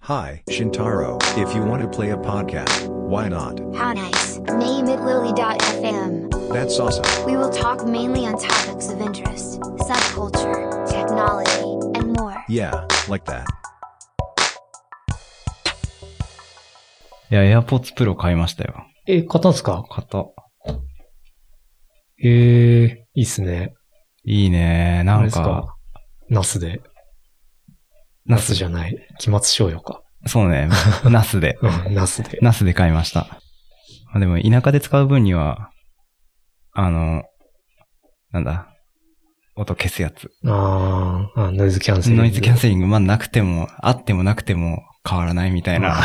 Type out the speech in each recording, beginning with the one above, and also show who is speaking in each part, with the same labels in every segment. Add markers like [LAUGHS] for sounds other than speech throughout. Speaker 1: Hi, Shintaro. If you want to play a podcast, why not?
Speaker 2: How nice. Name it lily.fm.
Speaker 1: That's awesome.
Speaker 2: We will talk mainly on topics of interest, subculture, technology, and more.
Speaker 1: Yeah, like that.
Speaker 3: いや、AirPods Pro 買いましたよ。
Speaker 4: え、買ったんすか
Speaker 3: 買った。
Speaker 4: えー、いいっすね。
Speaker 3: いいね。
Speaker 4: あ
Speaker 3: な
Speaker 4: れ
Speaker 3: ん
Speaker 4: っす
Speaker 3: か、
Speaker 4: か。ナスで。ナスじゃない。期末商用か。
Speaker 3: そう
Speaker 4: [LAUGHS]
Speaker 3: ね。ナスで。 [LAUGHS]
Speaker 4: うん、ナスで。
Speaker 3: ナスで買いました。まあでも、田舎で使う分には、あの、なんだ、音消すやつ。
Speaker 4: あーあ、ノイズキャンセル。
Speaker 3: ノイズキャンセリング、まあなくても、あってもなくても変わらないみたいな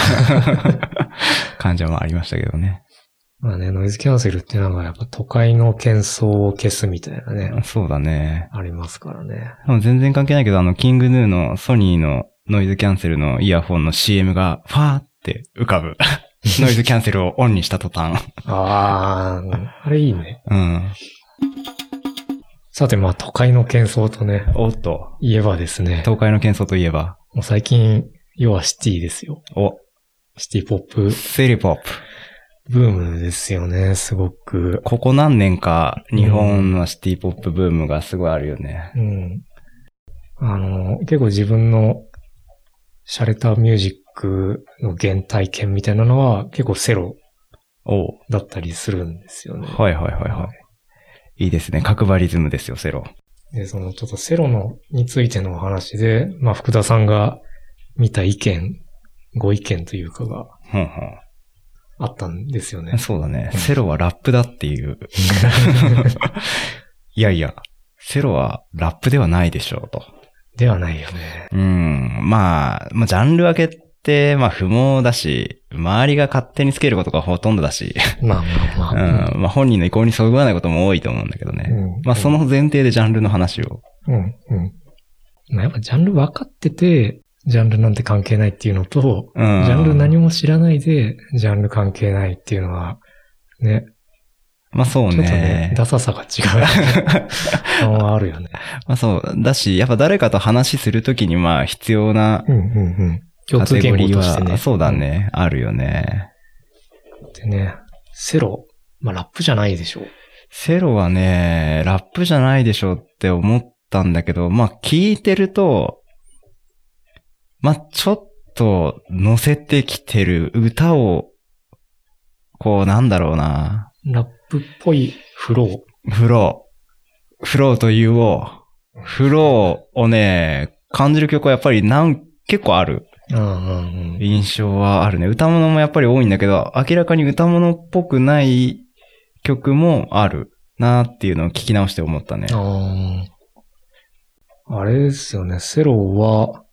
Speaker 3: [LAUGHS] 感じはまあありましたけどね。
Speaker 4: まあね、ノイズキャンセルってなんかやっぱ都会の喧騒を消すみたいなね、
Speaker 3: そうだね。
Speaker 4: ありますからね。
Speaker 3: でも全然関係ないけど、あの、キングヌーのソニーのノイズキャンセルのイヤホンの CM が、ファーって浮か [LAUGHS] ぶ。ノイズキャンセルをオンにした途端。
Speaker 4: ああ、あれいいね。
Speaker 3: うん。
Speaker 4: さてまあ都会の喧騒とね、
Speaker 3: おっと。
Speaker 4: 言えばですね、
Speaker 3: 東海の喧騒といえば、
Speaker 4: もう最近、要はシティですよ。
Speaker 3: お、
Speaker 4: シティポップ
Speaker 3: セリポップ。
Speaker 4: ブームですよね、すごく。
Speaker 3: ここ何年か、日本のシティポップブームがすごいあるよね。
Speaker 4: うん。あの、結構自分のシャレたミュージックの原体験みたいなのは結構セロ
Speaker 3: おう
Speaker 4: だったりするんですよね。
Speaker 3: はいはいはいはい。いいですね。角張リズムですよ、セロ。
Speaker 4: で、そのちょっとセロのについてのお話で、まあ福田さんが見た意見、ご意見というかが
Speaker 3: ほんほ
Speaker 4: あったんですよね
Speaker 3: ん。。そうだね。セロはラップだっていう。 [LAUGHS] いやいや、セロはラップではないでしょうと。
Speaker 4: ではないよね。
Speaker 3: うん。まあ、まあ、ジャンル分けって、まあ、不毛だし、周りが勝手につけることがほとんどだし、
Speaker 4: まあま
Speaker 3: う
Speaker 4: あ
Speaker 3: ん。
Speaker 4: まあ。
Speaker 3: まあ、本人の意向にそぐわないことも多いと思うんだけどね。
Speaker 4: うん
Speaker 3: まあ、そ。の前提でジャンルの話を。
Speaker 4: うん、うん。まあやっぱジャンル分かってて、ジャンルなんて関係ないっていうのと、
Speaker 3: うん。
Speaker 4: ジャンル何も知らないで、ジャンル関係ないっていうのは、ね、
Speaker 3: まあ、そう
Speaker 4: ちょっとね
Speaker 3: ね、。
Speaker 4: ダサ
Speaker 3: [LAUGHS]
Speaker 4: さが違うのはあるよね。
Speaker 3: まあ、そう。だし、やっぱ誰かと話するときに、まあ、必要な
Speaker 4: うんうんうん。共
Speaker 3: カ
Speaker 4: 通
Speaker 3: テ
Speaker 4: 言
Speaker 3: ゴリ
Speaker 4: 語
Speaker 3: ー
Speaker 4: としてね。
Speaker 3: は、そうだね、あるよね。
Speaker 4: でね、セロ、まあラップじゃないでしょう。
Speaker 3: セロはね、ラップじゃないでしょって思ったんだけど、まあ、聞いてると、まあ、ちょっと乗せてきてる歌を、こう、なんだろうな、
Speaker 4: ラップっぽいフロー。
Speaker 3: フロー、フローというを、フローをね、感じる曲はやっぱりなん結構ある。
Speaker 4: うんうんうん。
Speaker 3: 印象はあるね。歌物もやっぱり多いんだけど、明らかに歌物っぽくない曲もあるなっていうのを聞き直して思ったね。
Speaker 4: あーあれですよね、セロは、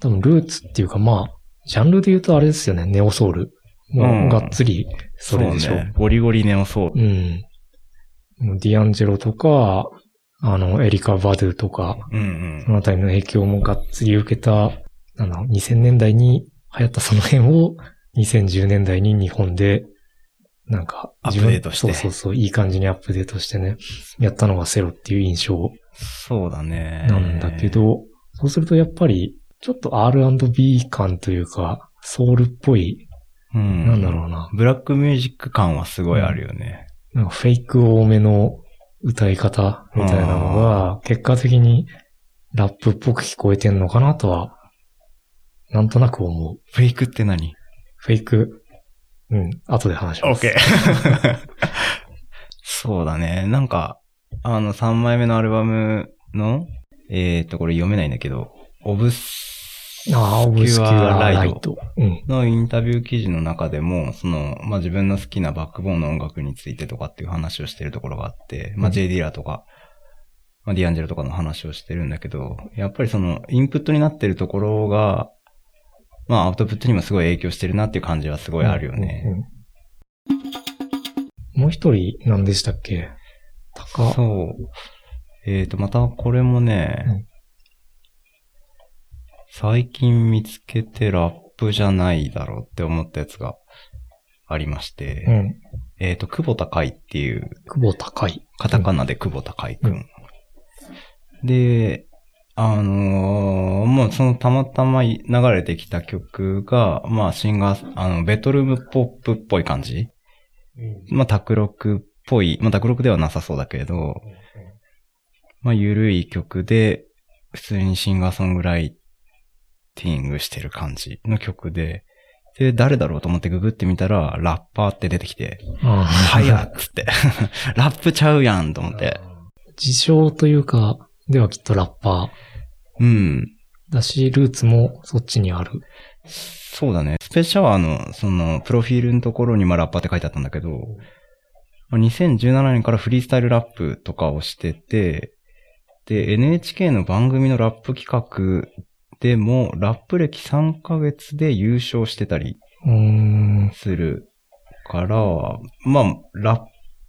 Speaker 4: 多分ルーツっていうかまあ、ジャンルで言うとあれですよね、ネオソウル。
Speaker 3: う
Speaker 4: も
Speaker 3: ん
Speaker 4: うがっつり、それでしょ
Speaker 3: うね。ゴリゴリネオソウル。
Speaker 4: うん。もうディアンジェロとか、あの、エリカ・バドゥとか、
Speaker 3: うん
Speaker 4: そのあたりの影響もがっつり受けた、あの、2000年代に流行ったその辺を、2010年代に日本で、なんか、
Speaker 3: アップデートして
Speaker 4: 自分そうそうそう、いい感じにアップデートしてね、やったのがセロっていう印象
Speaker 3: そうだね。
Speaker 4: なんだけ。ど、そうするとやっぱり、ちょっと R&B 感というか、ソウルっぽい、
Speaker 3: うん。
Speaker 4: なんだろうな、
Speaker 3: ブラックミュージック感はすごいあるよね。
Speaker 4: なんかフェイク多めの歌い方みたいなのが、結果的にラップっぽく聞こえてんのかなとは、なんとなく思う。
Speaker 3: フェイクって何
Speaker 4: フェイク、うん、後で話します。
Speaker 3: ー。 [LAUGHS] そうだね。なんか、あの、3枚目のアルバムの、えっ、ー、と、これ読めないんだけど、オブス
Speaker 4: ああ、オブスキュアライト。うん。
Speaker 3: のインタビュー記事の中でも、その、まあ、自分の好きなバックボーンの音楽についてとかっていう話をしてるところがあって、まあ、
Speaker 4: うん
Speaker 3: J ・ディラとか、まあ、ディアンジェロとかの話をしてるんだけど、やっぱりその、インプットになってるところが、まあ、アウトプットにもすごい影響してるなっていう感じはすごいあるよ
Speaker 4: うん
Speaker 3: ね。
Speaker 4: うんもう一人、何でしたっけ高、
Speaker 3: そう。えっ、と、またこれもね、
Speaker 4: うん
Speaker 3: 最近見つけてラップじゃないだろうって思ったやつがありまして、
Speaker 4: うん。
Speaker 3: えっ、と、久保田海っていう、
Speaker 4: 久保高い。
Speaker 3: カタカナで久保田海くん。で、あのーもうそのたまたま流れてきた曲が、まあシンガー、あの、ベトルムポップっぽい感じまあ卓録っぽい、まあ卓録ではなさそうだけれど、まあ緩い曲で、普通にシンガーソングライティングしてる感じの曲で、で、誰だろうと思ってググってみたら、ラッパーって出てきて、
Speaker 4: ああ
Speaker 3: はやっつって。 [LAUGHS] ラップちゃうやんと思って。
Speaker 4: 自称というか、ではきっとラッパー
Speaker 3: うん。
Speaker 4: だし、ルーツもそっちにある。
Speaker 3: そうだね。スペシャワーの、その、プロフィールのところに、まあ、ラッパーって書いてあったんだけど、まあ2017年からフリースタイルラップとかをしてて、で、NHK の番組のラップ企画でも、ラップ歴3ヶ月で優勝してたり
Speaker 4: うーん。
Speaker 3: するから、まあ、ラッ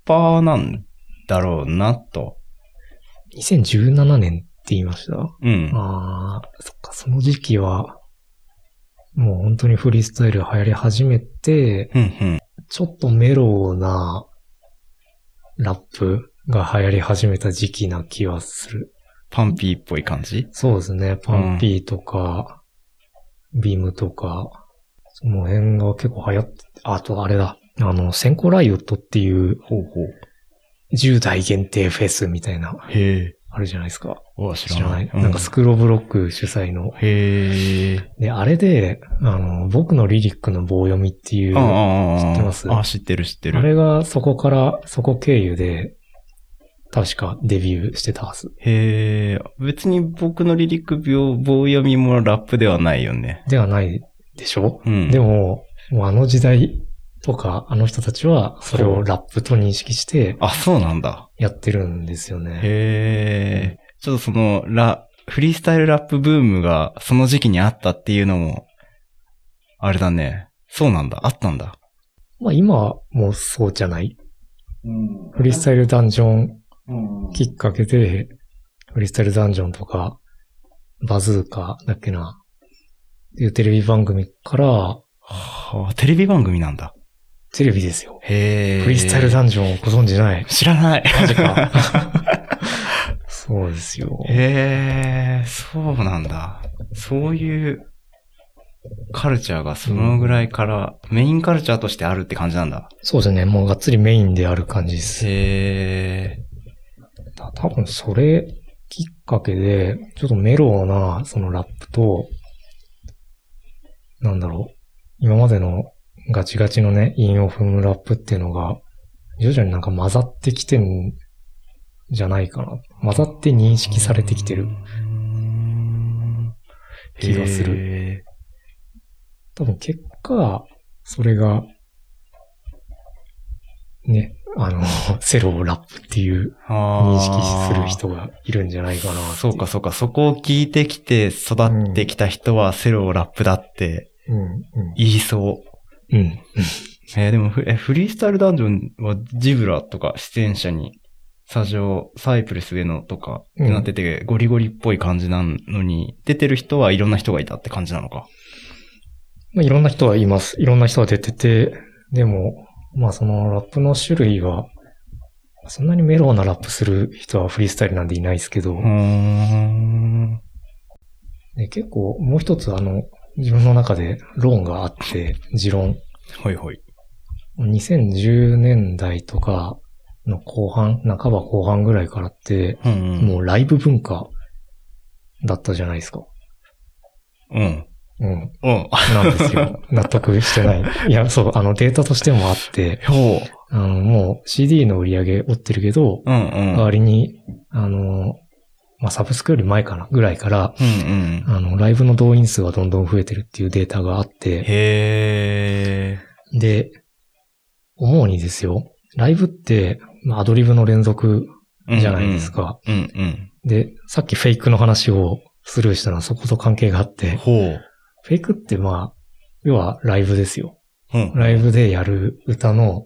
Speaker 3: パーなんだろうな、と。
Speaker 4: 2017年って言いました
Speaker 3: うん。
Speaker 4: ああ、そっか、その時期は、もう本当にフリースタイル流行り始めて、
Speaker 3: うん、うん。
Speaker 4: ちょっとメローなラップが流行り始めた時期な気はする。
Speaker 3: パンピーっぽい感じ
Speaker 4: そうですね、パンピーとか、ビームとか、その辺が結構流行って、あとあれだ、あの、先行ライオットっていう
Speaker 3: ほうほう。
Speaker 4: 10代限定フェスみたいな、
Speaker 3: へえ。
Speaker 4: あるじゃないですか。
Speaker 3: お知
Speaker 4: 知ら
Speaker 3: らな
Speaker 4: ないい。。なんかスクローブロック主催の
Speaker 3: うんへえ。
Speaker 4: で、あれで、あの、僕のリリックの棒読みっていう、あ
Speaker 3: ああ
Speaker 4: 知ってます
Speaker 3: あ、知ってる知ってる。
Speaker 4: れがそこから、そこ経由で、確かデビューしてたはず。
Speaker 3: へえ、別に僕のリリック病、棒読みもラップではないよね。
Speaker 4: ではないでしょ、
Speaker 3: うん。
Speaker 4: で、も、もうあの時代とか、あの人たちは、それをラップと認識して
Speaker 3: あ、そうなんだ。
Speaker 4: やってるんですよね。
Speaker 3: へえ、ちょっとその、ラ、フリースタイルラップブームがその時期にあったっていうのも、あれだね。そうなんだ。あったんだ。
Speaker 4: まあ今もそうじゃない
Speaker 1: うん
Speaker 4: フリースタイルダンジョン
Speaker 1: うん
Speaker 4: きっかけで、フリースタイルダンジョンとか、バズーカだっけな、っていうテレビ番組から、
Speaker 3: はあ、テレビ番組なんだ。
Speaker 4: テレビですよ。
Speaker 3: へえ。
Speaker 4: フリースタイルダンジョンをご存じ
Speaker 3: [LAUGHS]
Speaker 4: ない。
Speaker 3: 知らない。
Speaker 4: マジか。そうですよ。
Speaker 3: へえ、そうなんだ。そういう、カルチャーがそのぐらいから、メインカルチャーとしてあるって感じなんだ。
Speaker 4: そうですね。もうがっつりメインである感じです。
Speaker 3: へえ。
Speaker 4: た多分それきっかけで、ちょっとメローな、そのラップと、なんだろう。今までのガチガチのね、韻を踏むラップっていうのが、徐々になんか混ざってきてんじゃないかな。混ざって認識されてきてる。気がする
Speaker 3: る。
Speaker 4: 多分結果、それが、ね、あの、 [LAUGHS] セロをラップっていう認
Speaker 3: 認
Speaker 4: 識する人がいるんじゃないかなってい
Speaker 3: そうか、。そうか。そこを聞いてきて育ってきた人はセロをラップだって
Speaker 4: うん、
Speaker 3: 言いそう。
Speaker 4: うん。うん。
Speaker 3: えーでもフ、えフリースタイルダンジョンはジブラとか出演者に、スタジオ、サイプレス上野とかってなってて、ゴリゴリっぽい感じなのに、出てる人はいろんな人がいたって感じなのか。
Speaker 4: まあ、いろんな人はいます。いろんな人は出てて、でも、まあそのラップの種類は、そんなにメローなラップする人はフリースタイルなんでいないですけど、
Speaker 3: うーん。
Speaker 4: で結構もう一つあの、自分の中でローンがあって、持論。
Speaker 3: ほいほい。
Speaker 4: 2010年代とかの後半、半ば後半ぐらいからって、
Speaker 3: うん、うん。
Speaker 4: もうライブ文化だったじゃないですか。
Speaker 3: うん。
Speaker 4: うん。
Speaker 3: うん。あ、
Speaker 4: なんで
Speaker 3: [LAUGHS]
Speaker 4: すよ。納得してない。いや、そう、あのデータとしてもあって、
Speaker 3: ほう。
Speaker 4: あの、もう CD の売り上げ追ってるけど、
Speaker 3: うんうん。
Speaker 4: 代わりに、あの、まあ、サブスクより前かな、ぐらいから、
Speaker 3: うんうん。
Speaker 4: あの、ライブの動員数がどんどん増えてるっていうデータがあって、
Speaker 3: へ
Speaker 4: で、思うにですよ、ライブって、まあ、アドリブの連続
Speaker 3: ー。
Speaker 4: じゃないです。か。
Speaker 3: うんうん。
Speaker 4: で、さっきフェイクの話をスルーしたのはそこと関係があって、
Speaker 3: ほう。
Speaker 4: フェイクってまあ、要はライブですよ。
Speaker 3: うん。
Speaker 4: ライブでやる歌の、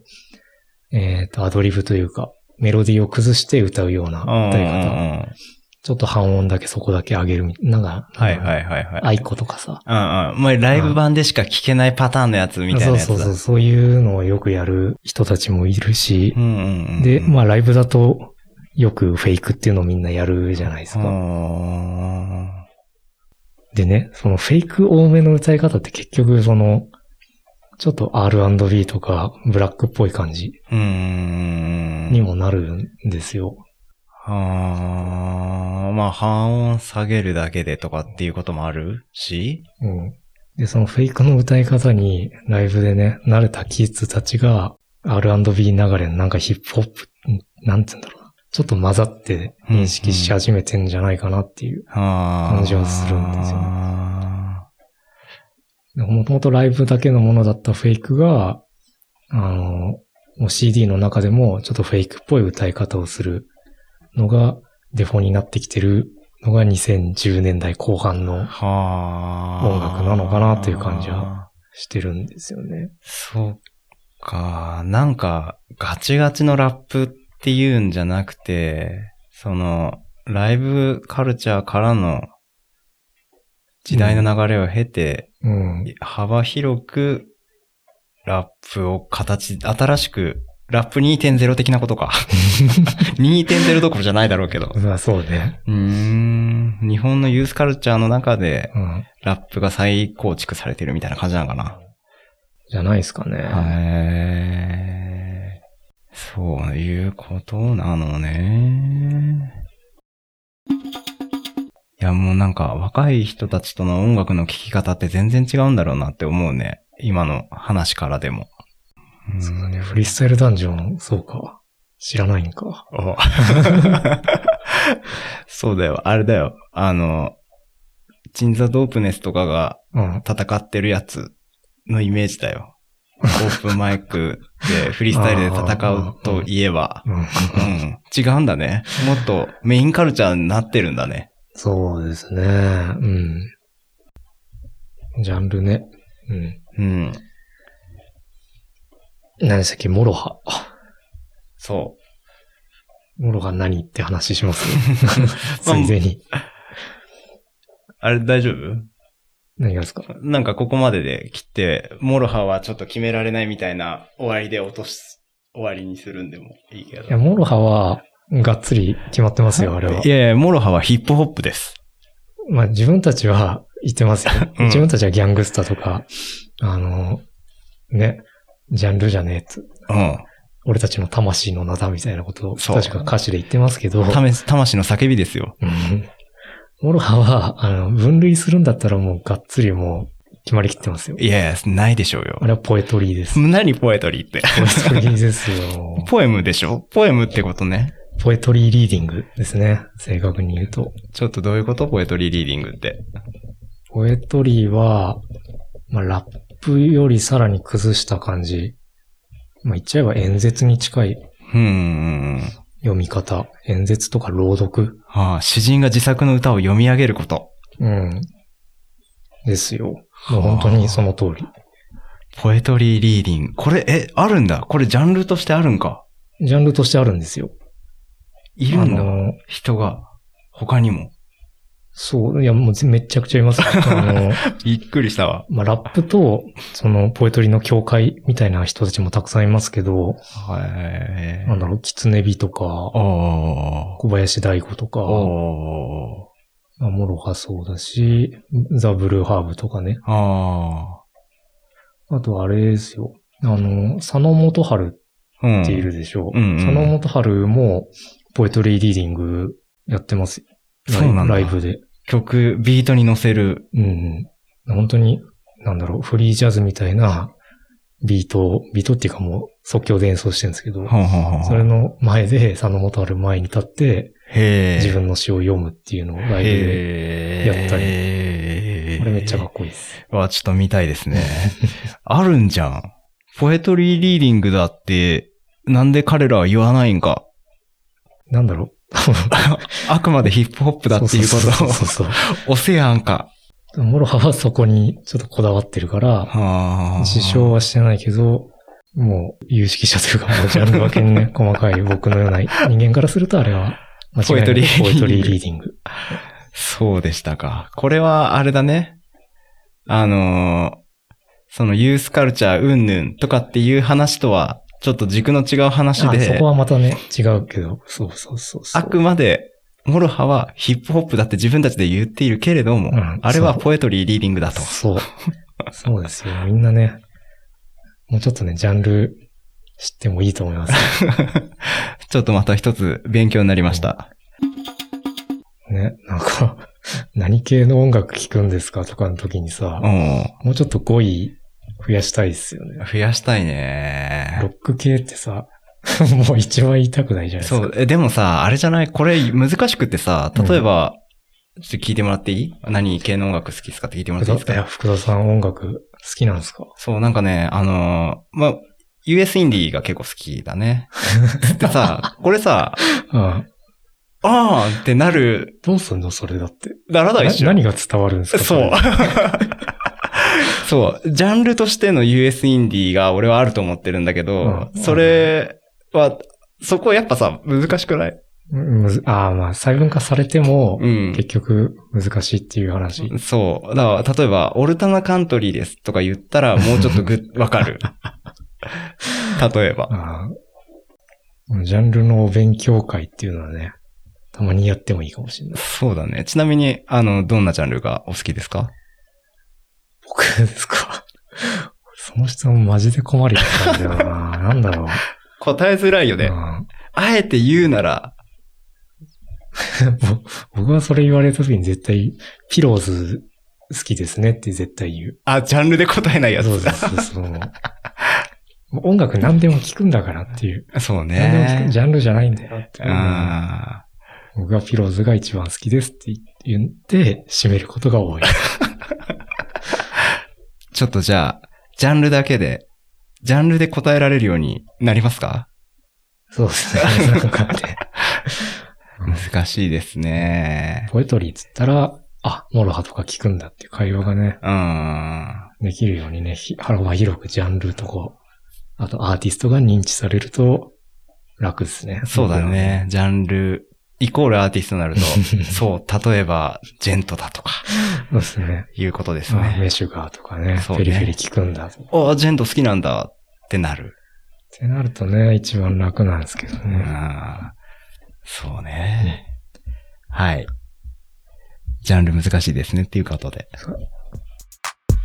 Speaker 4: えっ、と、アドリブというか、メロディーを崩して歌うような歌い方。ちょっと半音だけそこだけ上げるみなんか、
Speaker 3: はいはいはいはい。
Speaker 4: アイコとかさ。
Speaker 3: うんうん。まあ、ライブ版でしか聞けないパターンのやつみたいなやつだ。
Speaker 4: そうそうそう、そういうのをよくやる人たちもいるし
Speaker 3: う、んうんうん。
Speaker 4: で、まあライブだと、よくフェイクっていうのをみんなやるじゃないですか。
Speaker 3: あ
Speaker 4: でね、そのフェイク多めの歌い方って結局その、ちょっと R&B とかブラックっぽい感じ
Speaker 3: ーうーん。
Speaker 4: にもなるんですよ。
Speaker 3: あーまあ、半音下げるだけでとかっていうこともあるし。
Speaker 4: うん。で、そのフェイクの歌い方に、ライブでね、慣れたキッズたちが、R&B 流れのなんかヒップホップ、なんて言うんだろうな。ちょっと混ざって認識し始めてんじゃないかなっていう。
Speaker 3: あー
Speaker 4: 感じはするんですよね
Speaker 3: あ
Speaker 4: もともとライブだけのものだったフェイクが、あの、もう CD の中でもちょっとフェイクっぽい歌い方をするのがデフォになってきてるのが2010年代後半の
Speaker 3: ーはー
Speaker 4: 音楽なのかなという感じはしてるんですよね。
Speaker 3: そうか。なんか、ガチガチのラップっていうんじゃなくて、その、ライブカルチャーからの時代の流れを経て、
Speaker 4: うん。
Speaker 3: 幅広くラップを形、新しく、ラップ2.0的なこと [LAUGHS] か。2.0どころじゃないだろうけど。
Speaker 4: まあそうね。
Speaker 3: うーん。日本のユースカルチャーの中で、
Speaker 4: うん。
Speaker 3: ラップが再構築されてるみたいな感じなのかな。
Speaker 4: じゃないですかね。
Speaker 3: へーそういうことなのね。いや、もうなんか若い人たちとの音楽の聴き方って全然違うんだろうなって思うね。今の話からでも。 [LAUGHS] うん
Speaker 4: そうだね。フリースタイルダンジョン、そうか。知らないんか。
Speaker 3: おそうだよ。あれだよ。あの、鎮座ドープネスとかが
Speaker 4: うん。
Speaker 3: 戦ってるやつのイメージだよ。オープンマイクでフリースタイルで戦うといえば。
Speaker 4: うん。
Speaker 3: うん。違うんだね。もっとメインカルチャーになってるんだね。
Speaker 4: そうですね。うん。ジャンルね。う
Speaker 3: う
Speaker 4: ん。
Speaker 3: ん。
Speaker 4: 何でしたっけモロハ。
Speaker 3: そ
Speaker 4: モロハ何って話し
Speaker 3: [LAUGHS]
Speaker 4: ます、
Speaker 3: まあ
Speaker 4: ついでに。
Speaker 3: う。あれ大丈夫
Speaker 4: 何がですか
Speaker 3: なんかここまでで切って、モロハはちょっと決められないみたいな終わりで落とす、終わりにするんでもいいけど。
Speaker 4: いや、モロハは、がっつり決まってますよ、あれは。
Speaker 3: いやいや、モロハはヒップホップです。
Speaker 4: まあ自分たちは言ってますよ。
Speaker 3: [LAUGHS] うん
Speaker 4: 自分たちはギャングスタとか、あの、ね、ジャンルじゃねえと。
Speaker 3: うん。
Speaker 4: 俺たちの魂の名だみたいなことを、
Speaker 3: そう
Speaker 4: 確か歌詞で言ってますけど。
Speaker 3: ため、魂の叫びですよ。
Speaker 4: うんモロハは、あの、分類するんだったらもうがっつりもう決まりきってますよ。
Speaker 3: いやいや、ないでしょうよ
Speaker 4: あ。れはポエトリーです。
Speaker 3: 何ポエトリーって。
Speaker 4: ポエトリーです
Speaker 3: [LAUGHS]
Speaker 4: よ。
Speaker 3: ポエムでしょポエムってことね。
Speaker 4: ポエトリーリーディングですね。正確に言うと。
Speaker 3: ちょっとどういうことポエトリーリーディングって。
Speaker 4: ポエトリーは、まあ、ラップよりさらに崩した感じ。まあ、言っちゃえば演説に近い
Speaker 3: うん。
Speaker 4: 読み方。演説とか朗読。
Speaker 3: ああ、詩人が自作の歌を読み上げること。
Speaker 4: うん。ですよ。もう本当にその通り。
Speaker 3: ポエトリーリーディング。これ、え、あるんだ。これジャンルとしてあるんか。
Speaker 4: ジャンルとしてあるんですよ。
Speaker 3: いるん
Speaker 4: あ
Speaker 3: だ。
Speaker 4: の
Speaker 3: 人が。他にも。
Speaker 4: そう、いや、もうぜめっちゃくちゃい
Speaker 3: [LAUGHS]
Speaker 4: ます。あの、
Speaker 3: びっくりしたわ。
Speaker 4: まあ、ラップと、その、ポエトリの境界みたいな人たちもたくさんいますけど、
Speaker 3: はい。
Speaker 4: なんだろう、キツネビとか、
Speaker 3: おー。
Speaker 4: 小林大吾とか、
Speaker 3: おー。
Speaker 4: まあモロハそうだし、ザ・ブルーハーブとかね。
Speaker 3: あ
Speaker 4: あと、あれですよ。あの、佐野元春
Speaker 3: ー。うん。
Speaker 4: っているでしょう。
Speaker 3: うんうん
Speaker 4: 佐野元春も、ポエトリーリーディングやってますよ。ライブ
Speaker 3: そうなんだ
Speaker 4: ライブで。
Speaker 3: 曲、ビートに乗せる。
Speaker 4: うんうん。本当に、なんだろう、フリージャズみたいなビートを、ビートっていうかもう即興で演奏してるんですけど、
Speaker 3: ほんほんほんほん
Speaker 4: それの前で佐野元春前に立って
Speaker 3: へー。
Speaker 4: 自分の詩を読むっていうのをライブで、
Speaker 3: へ
Speaker 4: やったり
Speaker 3: り
Speaker 4: これめっちゃかっこいいです。
Speaker 3: わ、ちょっと見たいですね。 [LAUGHS] あるんじゃん。ポエトリーリーディングだって、なんで彼らは言わないんか。
Speaker 4: なんだろ
Speaker 3: あくまでヒップホップ
Speaker 4: う
Speaker 3: だっていうこ
Speaker 4: そうそうそう
Speaker 3: とを、おせやんか。
Speaker 4: そう。モロハはそこにちょっとこだわってるから、
Speaker 3: はあ
Speaker 4: 自称はしてないけど、もう有識者というかもうジャンル分けのね、細かい僕のような人間からするとあれは間違いない
Speaker 3: ポエトリー
Speaker 4: ポエトリーリーディング。
Speaker 3: そうでしたか。これは、あれだね。あのーそのユースカルチャーうんぬんとかっていう話とはちょっと軸の違う話
Speaker 4: あそ
Speaker 3: で
Speaker 4: こ、はまたね、違うけど、そうそうそうそう。
Speaker 3: あくまで、モロハはヒップホップだって自分たちで言っているけれども、
Speaker 4: うん
Speaker 3: あれはポエトリーリーディングだと。
Speaker 4: そう。そうですよ。みんなね、もうちょっとね、ジャンル知ってもいいと思います。
Speaker 3: ちょっとまた一つ勉強になりました。
Speaker 4: ね、なんか、何系の音楽聴くんですかとかの時にさ、
Speaker 3: うん。
Speaker 4: もうちょっと語彙増やしたいですよね。
Speaker 3: 増やしたい
Speaker 4: ロ
Speaker 3: ね。
Speaker 4: ック系ってさ、 [LAUGHS] もう一番言いたくないじゃないです
Speaker 3: そ
Speaker 4: か。
Speaker 3: う、え、でもさ、あれじゃないこれ難しくってさ、例えば、ちょっと聞いてもらっていい何系の音楽好きですかって聞いてもらっていいです
Speaker 4: 福田いや、
Speaker 3: か
Speaker 4: 福田さん音楽好きなんですか
Speaker 3: そう、なんかね、あのーまあ、US インディーが結構好きだ [LAUGHS] ね。でさ、これさ、
Speaker 4: うん。
Speaker 3: あーってなる、
Speaker 4: どうすんのそれだって。
Speaker 3: ならないでしょ
Speaker 4: な何が伝わるんですか
Speaker 3: そう
Speaker 4: れ。
Speaker 3: [LAUGHS] そう。ジャンルとしての US インディーが俺はあると思ってるんだけど、
Speaker 4: うん
Speaker 3: それは、そこやっぱさ、難しくない
Speaker 4: うんむずああ、まあ、細分化されても
Speaker 3: う、ん
Speaker 4: 結。局難しいっていう話。
Speaker 3: そう。だから、例えば、オルタナカントリーですとか言ったら、もうちょっとぐ、わか
Speaker 4: [LAUGHS]
Speaker 3: る。例えば。
Speaker 4: ああジャンルのお勉強会っていうのはね、たまにやってもいいかもしれない。
Speaker 3: そうだね。ちなみに、あの、どんなジャンルがお好きですか
Speaker 4: 僕ですか。その質問マジで困りだったんだよな。
Speaker 3: [LAUGHS]
Speaker 4: なんだろ
Speaker 3: 答えづらいよ
Speaker 4: う。
Speaker 3: ね。
Speaker 4: うん
Speaker 3: あえて言うなら、
Speaker 4: ぼ [LAUGHS] 僕はそれ言われた時に絶対、ピローズ好きですねって絶対言う。
Speaker 3: あ、ジャンルで答えないや
Speaker 4: そう
Speaker 3: つ
Speaker 4: そうそうそう。もう音楽何でも聴くんだからっていう。
Speaker 3: そう
Speaker 4: 何でも聴
Speaker 3: ね
Speaker 4: く、。ジャンルじゃないんだよって。
Speaker 3: あー
Speaker 4: 僕はピローズが一番好きですって言って、締めることが多い。
Speaker 3: ちょっとじゃあ、ジャンルだけで、ジャンルで答えられるようになりますか
Speaker 4: [LAUGHS] そうですね。なんかね
Speaker 3: 難しいですね。
Speaker 4: ポエトリーっつったら、 [LAUGHS] あ、モロハとか聞くんだっていう会話がね、
Speaker 3: うーん。
Speaker 4: できるようにね、ひ幅広くジャンルとこう、あとアーティストが認知されると楽ですね。
Speaker 3: そうだね。ジャンル、イコールアーティストにな [LAUGHS] ると、そう、例えば、ジェントだとか、
Speaker 4: 僕らは。そうですね。
Speaker 3: いうことです
Speaker 4: まあ
Speaker 3: ね。
Speaker 4: メシュガーとかね、
Speaker 3: そう
Speaker 4: ペ
Speaker 3: ね
Speaker 4: リペリ聞くんだとか。
Speaker 3: あ、ジェント好きなんだってなる。
Speaker 4: ってなるとね、一番楽なんですけど
Speaker 3: う
Speaker 4: ね。
Speaker 3: ん。そうね。はい。ジャンル難しいですねっていうことで。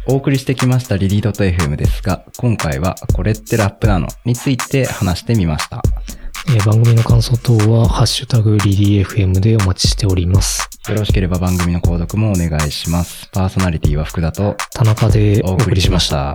Speaker 3: お送りしてきましたリリードと FM ですが、今回はこれってラップなのについて話してみました。
Speaker 4: えー番組の感想等は、ハッシュタグリリー FM でお待ちしております。
Speaker 3: よろしければ番組の購読もお願いします。パーソナリティは福田と
Speaker 4: 田中で
Speaker 3: お送りしました。